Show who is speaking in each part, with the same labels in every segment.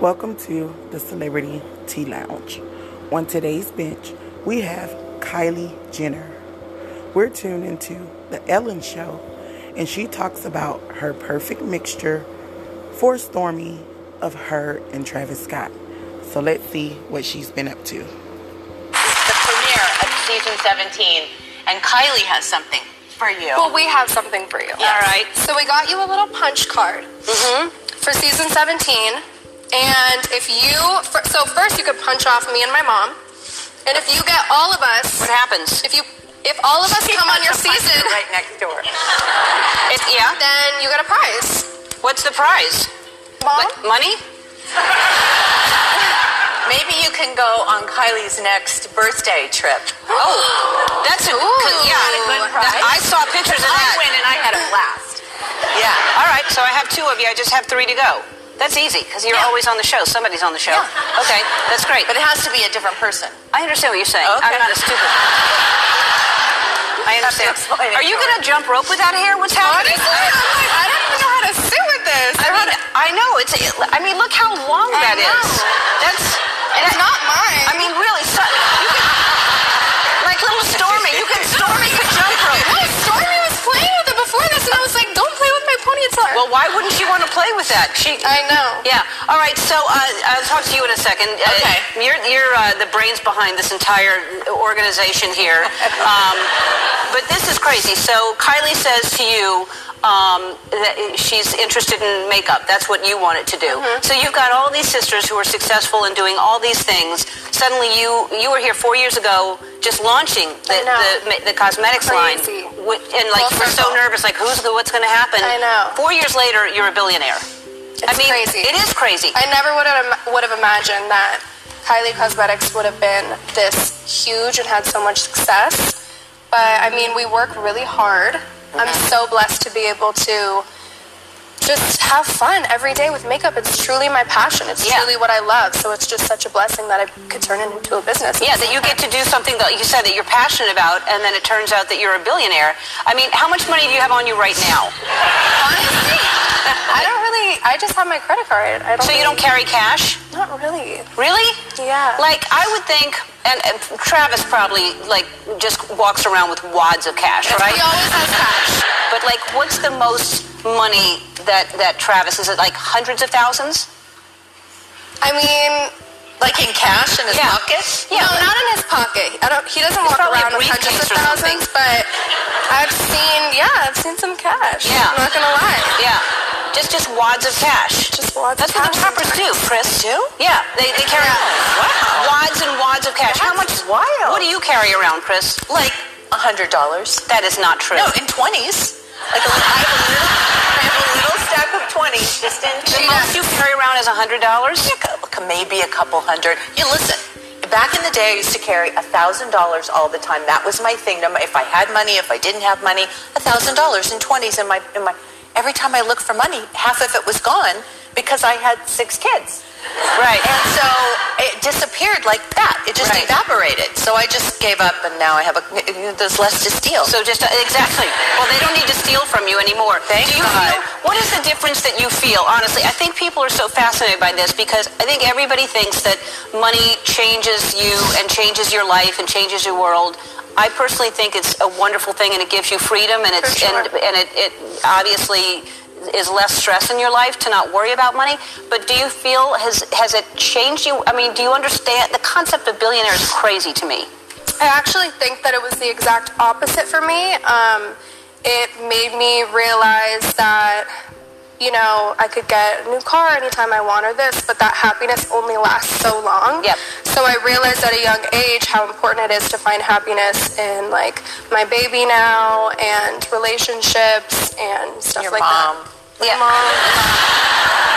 Speaker 1: Welcome to the Celebrity Tea Lounge. On today's bench, we have Kylie Jenner. We're tuned into The Ellen Show, and she talks about her perfect mixture for Stormy of her and Travis Scott. So let's see what she's been up to.
Speaker 2: the premiere of season 17, and Kylie has something for you.
Speaker 3: Well, we have something for you.
Speaker 2: All right. Mm-hmm.
Speaker 3: So we got you a little punch card for season 17. And if you, fir- so first you could punch off me and my mom. And if you get all of us,
Speaker 2: What happens?
Speaker 3: if you, if all of us come on your season,
Speaker 2: right next door. It, yeah.
Speaker 3: then you get a prize.
Speaker 2: What's the prize?
Speaker 3: Mom,
Speaker 2: Like money? Maybe you can go on Kylie's next birthday trip. Oh, that's a good, yeah, and a good
Speaker 3: Ooh.
Speaker 2: prize. I saw pictures of
Speaker 3: I
Speaker 2: that.
Speaker 3: win
Speaker 2: and I had a blast. Yeah. All right. So I have two of you. I just have three to go. That's easy because you're always on the show. Somebody's on the show. Okay, that's great. But it has to be a different person. I understand what you're saying. I'm not a stupid. I understand. Are you going to jump rope with that hair? What's happening?
Speaker 3: Honestly, I'm like, I don't even know how to sit with this.
Speaker 2: I mean, I know it's. I mean, look how long
Speaker 3: I
Speaker 2: that is.
Speaker 3: know.
Speaker 2: That's.
Speaker 3: It's
Speaker 2: that-
Speaker 3: not mine.
Speaker 2: I mean, really. So, you can, like little Stormy, you can Stormy could jump rope.
Speaker 3: No, Stormy was playing with it before this, and I was like, don't play with my ponytail.
Speaker 2: Well, why wouldn't she want to play with that? She.
Speaker 3: I know.
Speaker 2: Yeah. All right. So uh, I'll talk to you in a second.
Speaker 3: Okay.
Speaker 2: Uh, you're you're uh, the brains behind this entire organization here. um, but this is crazy. So Kylie says to you um, that she's interested in makeup. That's what you want it to do.
Speaker 3: Mm-hmm.
Speaker 2: So you've got all these sisters who are successful in doing all these things. Suddenly, you you were here four years ago, just launching the
Speaker 3: I know.
Speaker 2: the, the cosmetics
Speaker 3: Crazy.
Speaker 2: line, Wh- and like
Speaker 3: Full
Speaker 2: you were so
Speaker 3: circle.
Speaker 2: nervous, like who's what's going to happen?
Speaker 3: I know.
Speaker 2: Four years later, you're a billionaire. I
Speaker 3: It's
Speaker 2: mean,
Speaker 3: crazy.
Speaker 2: it is crazy.
Speaker 3: I never would have would have imagined that Kylie Cosmetics would have been this huge and had so much success. But I mean, we work really hard. I'm so blessed to be able to just have fun every day with makeup. It's truly my passion. It's
Speaker 2: Yeah.
Speaker 3: truly what I love. So it's just such a blessing that I could turn it into a business.
Speaker 2: yeah, that you get to do something that you said that you're passionate about, and then it turns out that you're a billionaire. I mean, how much money do you have on you right now?
Speaker 3: Honestly, I don't really. I just have my credit card. I don't.
Speaker 2: So you don't carry
Speaker 3: really-
Speaker 2: cash?
Speaker 3: Not really.
Speaker 2: Really?
Speaker 3: Yeah.
Speaker 2: Like I would think, and, and Travis probably like just walks around with wads of cash, right?
Speaker 3: He always has cash.
Speaker 2: But like, what's the most money that that Travis is it like hundreds of thousands?
Speaker 3: I mean, like in cash in his
Speaker 2: Yeah.
Speaker 3: pocket?
Speaker 2: Yeah,
Speaker 3: no,
Speaker 2: but-
Speaker 3: not in his pocket. I don't. He doesn't walk
Speaker 2: probably a
Speaker 3: around with
Speaker 2: briefcase
Speaker 3: hundreds of
Speaker 2: or something.
Speaker 3: thousands, but I've seen. Yeah, I've seen some cash.
Speaker 2: Yeah.
Speaker 3: I'm not gonna lie.
Speaker 2: Yeah. Just just wads of cash.
Speaker 3: Just wads
Speaker 2: That's
Speaker 3: of
Speaker 2: what the
Speaker 3: cash
Speaker 2: trappers do, Chris.
Speaker 3: They do?
Speaker 2: Yeah, they, they carry wads and wads of cash. How much?
Speaker 4: That's wild.
Speaker 2: What do you carry around, Chris?
Speaker 4: like a hundred dollars.
Speaker 2: That is not true.
Speaker 4: No, in twenties. Like a little, I have a little, I have a little stack of twenties just in.
Speaker 2: the most you carry around is a hundred dollars.
Speaker 4: A cou- Maybe a couple hundred. You listen. Back in the day, I used to carry a thousand dollars all the time. That was my thing. No ma- If I had money, if I didn't have money, a thousand dollars in twenties in my in my. every time I looked for money, half of it was gone because I had six kids.
Speaker 2: Right.
Speaker 4: And so it disappeared like that. It just
Speaker 2: Right.
Speaker 4: evaporated. So I just gave up, and now I have a. There's less to steal.
Speaker 2: So just uh, exactly. Well, they don't need to steal from you anymore.
Speaker 4: Thank
Speaker 2: Do you
Speaker 4: God.
Speaker 2: feel? What is the difference that you feel? Honestly, I think people are so fascinated by this because I think everybody thinks that money changes you and changes your life and changes your world. I personally think it's a wonderful thing and it gives you freedom and it's
Speaker 3: sure.
Speaker 2: and and it, it obviously is less stress in your life to not worry about money. But do you feel has has it changed you? I mean, do you understand the concept of billionaire is crazy to me.
Speaker 3: I actually think that it was the exact opposite for me. Um, it made me realize that, you know, I could get a new car anytime I want or this, but that happiness only lasts so long.
Speaker 2: Yep.
Speaker 3: So I realized at a young age how important it is to find happiness in like my baby now and relationships and stuff
Speaker 4: Your
Speaker 3: like
Speaker 4: mom.
Speaker 3: that. My
Speaker 2: Yeah.
Speaker 3: mom.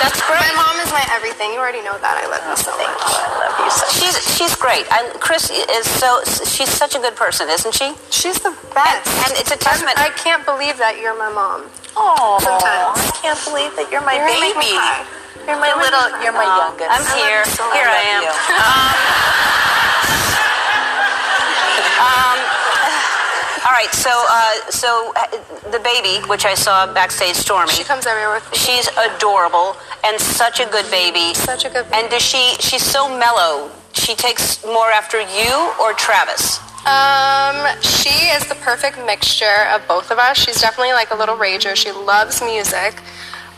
Speaker 2: That's great.
Speaker 3: My mom is my everything. You already know that. I love you so much.
Speaker 4: love you so.
Speaker 2: She's she's great. I, Chris is so she's such a good person, isn't she?
Speaker 3: She's the best.
Speaker 2: And it's a testament.
Speaker 3: I can't believe that you're my mom.
Speaker 4: Oh,
Speaker 3: Sometimes.
Speaker 4: I can't believe that you're my
Speaker 3: You're my
Speaker 4: baby.
Speaker 3: pride.
Speaker 4: You're my little. You're my youngest.
Speaker 2: I'm
Speaker 4: I love
Speaker 2: here.
Speaker 4: you so much.
Speaker 2: Here I am. Um,
Speaker 4: love you.
Speaker 2: um, All right. So uh, so uh, the baby, which I saw backstage, Stormy.
Speaker 3: She comes everywhere with me.
Speaker 2: she's adorable and such a good baby.
Speaker 3: Such a good baby.
Speaker 2: And does she? She's so mellow. She takes more after you or Travis.
Speaker 3: Um, she is the perfect mixture of both of us. She's definitely like a little rager. She loves music,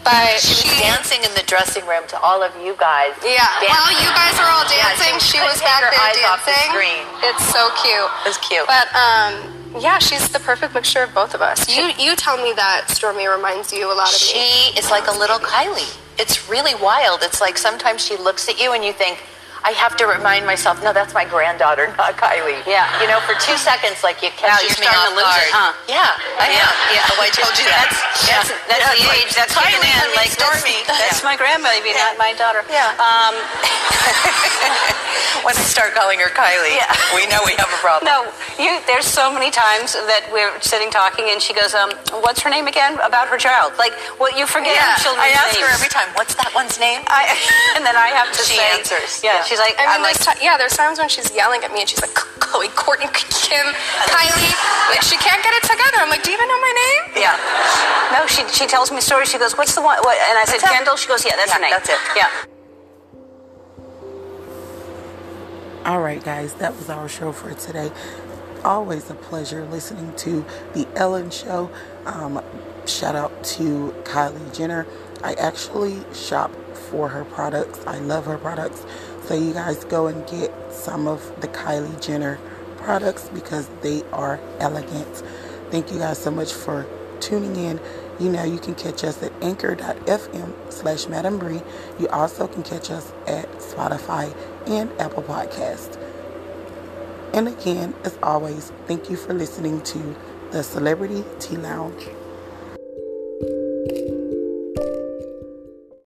Speaker 3: but
Speaker 4: She was
Speaker 3: she,
Speaker 4: dancing in the dressing room to all of you guys.
Speaker 3: yeah.
Speaker 4: Dancing.
Speaker 3: While you guys were all
Speaker 4: Yeah,
Speaker 3: dancing, she
Speaker 4: she couldn't
Speaker 3: was
Speaker 4: take
Speaker 3: back
Speaker 4: her
Speaker 3: there
Speaker 4: eyes
Speaker 3: dancing.
Speaker 4: off the screen.
Speaker 3: It's so cute.
Speaker 4: It was cute.
Speaker 3: But um, yeah, she's the perfect mixture of both of us. You you tell me that Stormy reminds you a lot of me.
Speaker 4: She is like a little Kylie. It's really wild. It's like sometimes she looks at you and you think, I have to remind myself, no, that's my granddaughter, not Kylie.
Speaker 2: Yeah.
Speaker 4: You know, for two seconds, like you
Speaker 2: Wow,
Speaker 4: catches
Speaker 2: you're
Speaker 4: me
Speaker 2: starting to
Speaker 4: off
Speaker 2: lose
Speaker 4: guard.
Speaker 2: it, huh?
Speaker 4: Uh, Yeah, I am.
Speaker 2: Yeah.
Speaker 4: Oh, I told you that.
Speaker 2: That's that's,
Speaker 4: Yeah.
Speaker 2: that's
Speaker 4: Yeah,
Speaker 2: the
Speaker 4: it's like,
Speaker 2: age. That's
Speaker 4: Kylie,
Speaker 2: kicking in.
Speaker 4: honey,
Speaker 2: Like that's,
Speaker 4: Stormy.
Speaker 2: that's
Speaker 4: Yeah.
Speaker 2: my grandbaby, not my daughter.
Speaker 4: Yeah.
Speaker 2: Um,
Speaker 4: When I start calling her Kylie,
Speaker 2: Yeah.
Speaker 4: we know we have a problem.
Speaker 2: No, you. There's so many times that we're sitting talking, and she goes, "Um, what's her name again?" About her child. Like, what you forget
Speaker 4: Yeah,
Speaker 2: children's
Speaker 4: I ask her
Speaker 2: names.
Speaker 4: every time, what's that one's name?
Speaker 2: I, and then I have to
Speaker 4: She
Speaker 2: say,
Speaker 4: answers.
Speaker 2: Yeah,
Speaker 4: Yeah.
Speaker 2: she's like, I
Speaker 3: I
Speaker 2: am
Speaker 3: mean,
Speaker 2: like,
Speaker 3: there's ti yeah, there's times when she's yelling at me and she's like, Chloe, Courtney, Kim, Kylie. Like, she can't get it together. I'm like, do you even know my name?
Speaker 2: yeah. No, she she tells me stories. She goes, "What's the one?" What? And I said,
Speaker 4: That's it.
Speaker 2: "Kendall." She goes, "Yeah, that's
Speaker 4: Yeah,
Speaker 2: her name."
Speaker 4: that's it.
Speaker 2: Yeah.
Speaker 1: All right, guys, that was our show for today. Always a pleasure listening to The Ellen Show. Um, shout out to Kylie Jenner. I actually shop for her products, I love her products. So, you guys go and get some of the Kylie Jenner products because they are elegant. Thank you guys so much for tuning in. You know, you can catch us at anchor.fm slash Madam Bree. You also can catch us at Spotify and Apple Podcast. And again, as always, thank you for listening to the Celebrity Tea Lounge.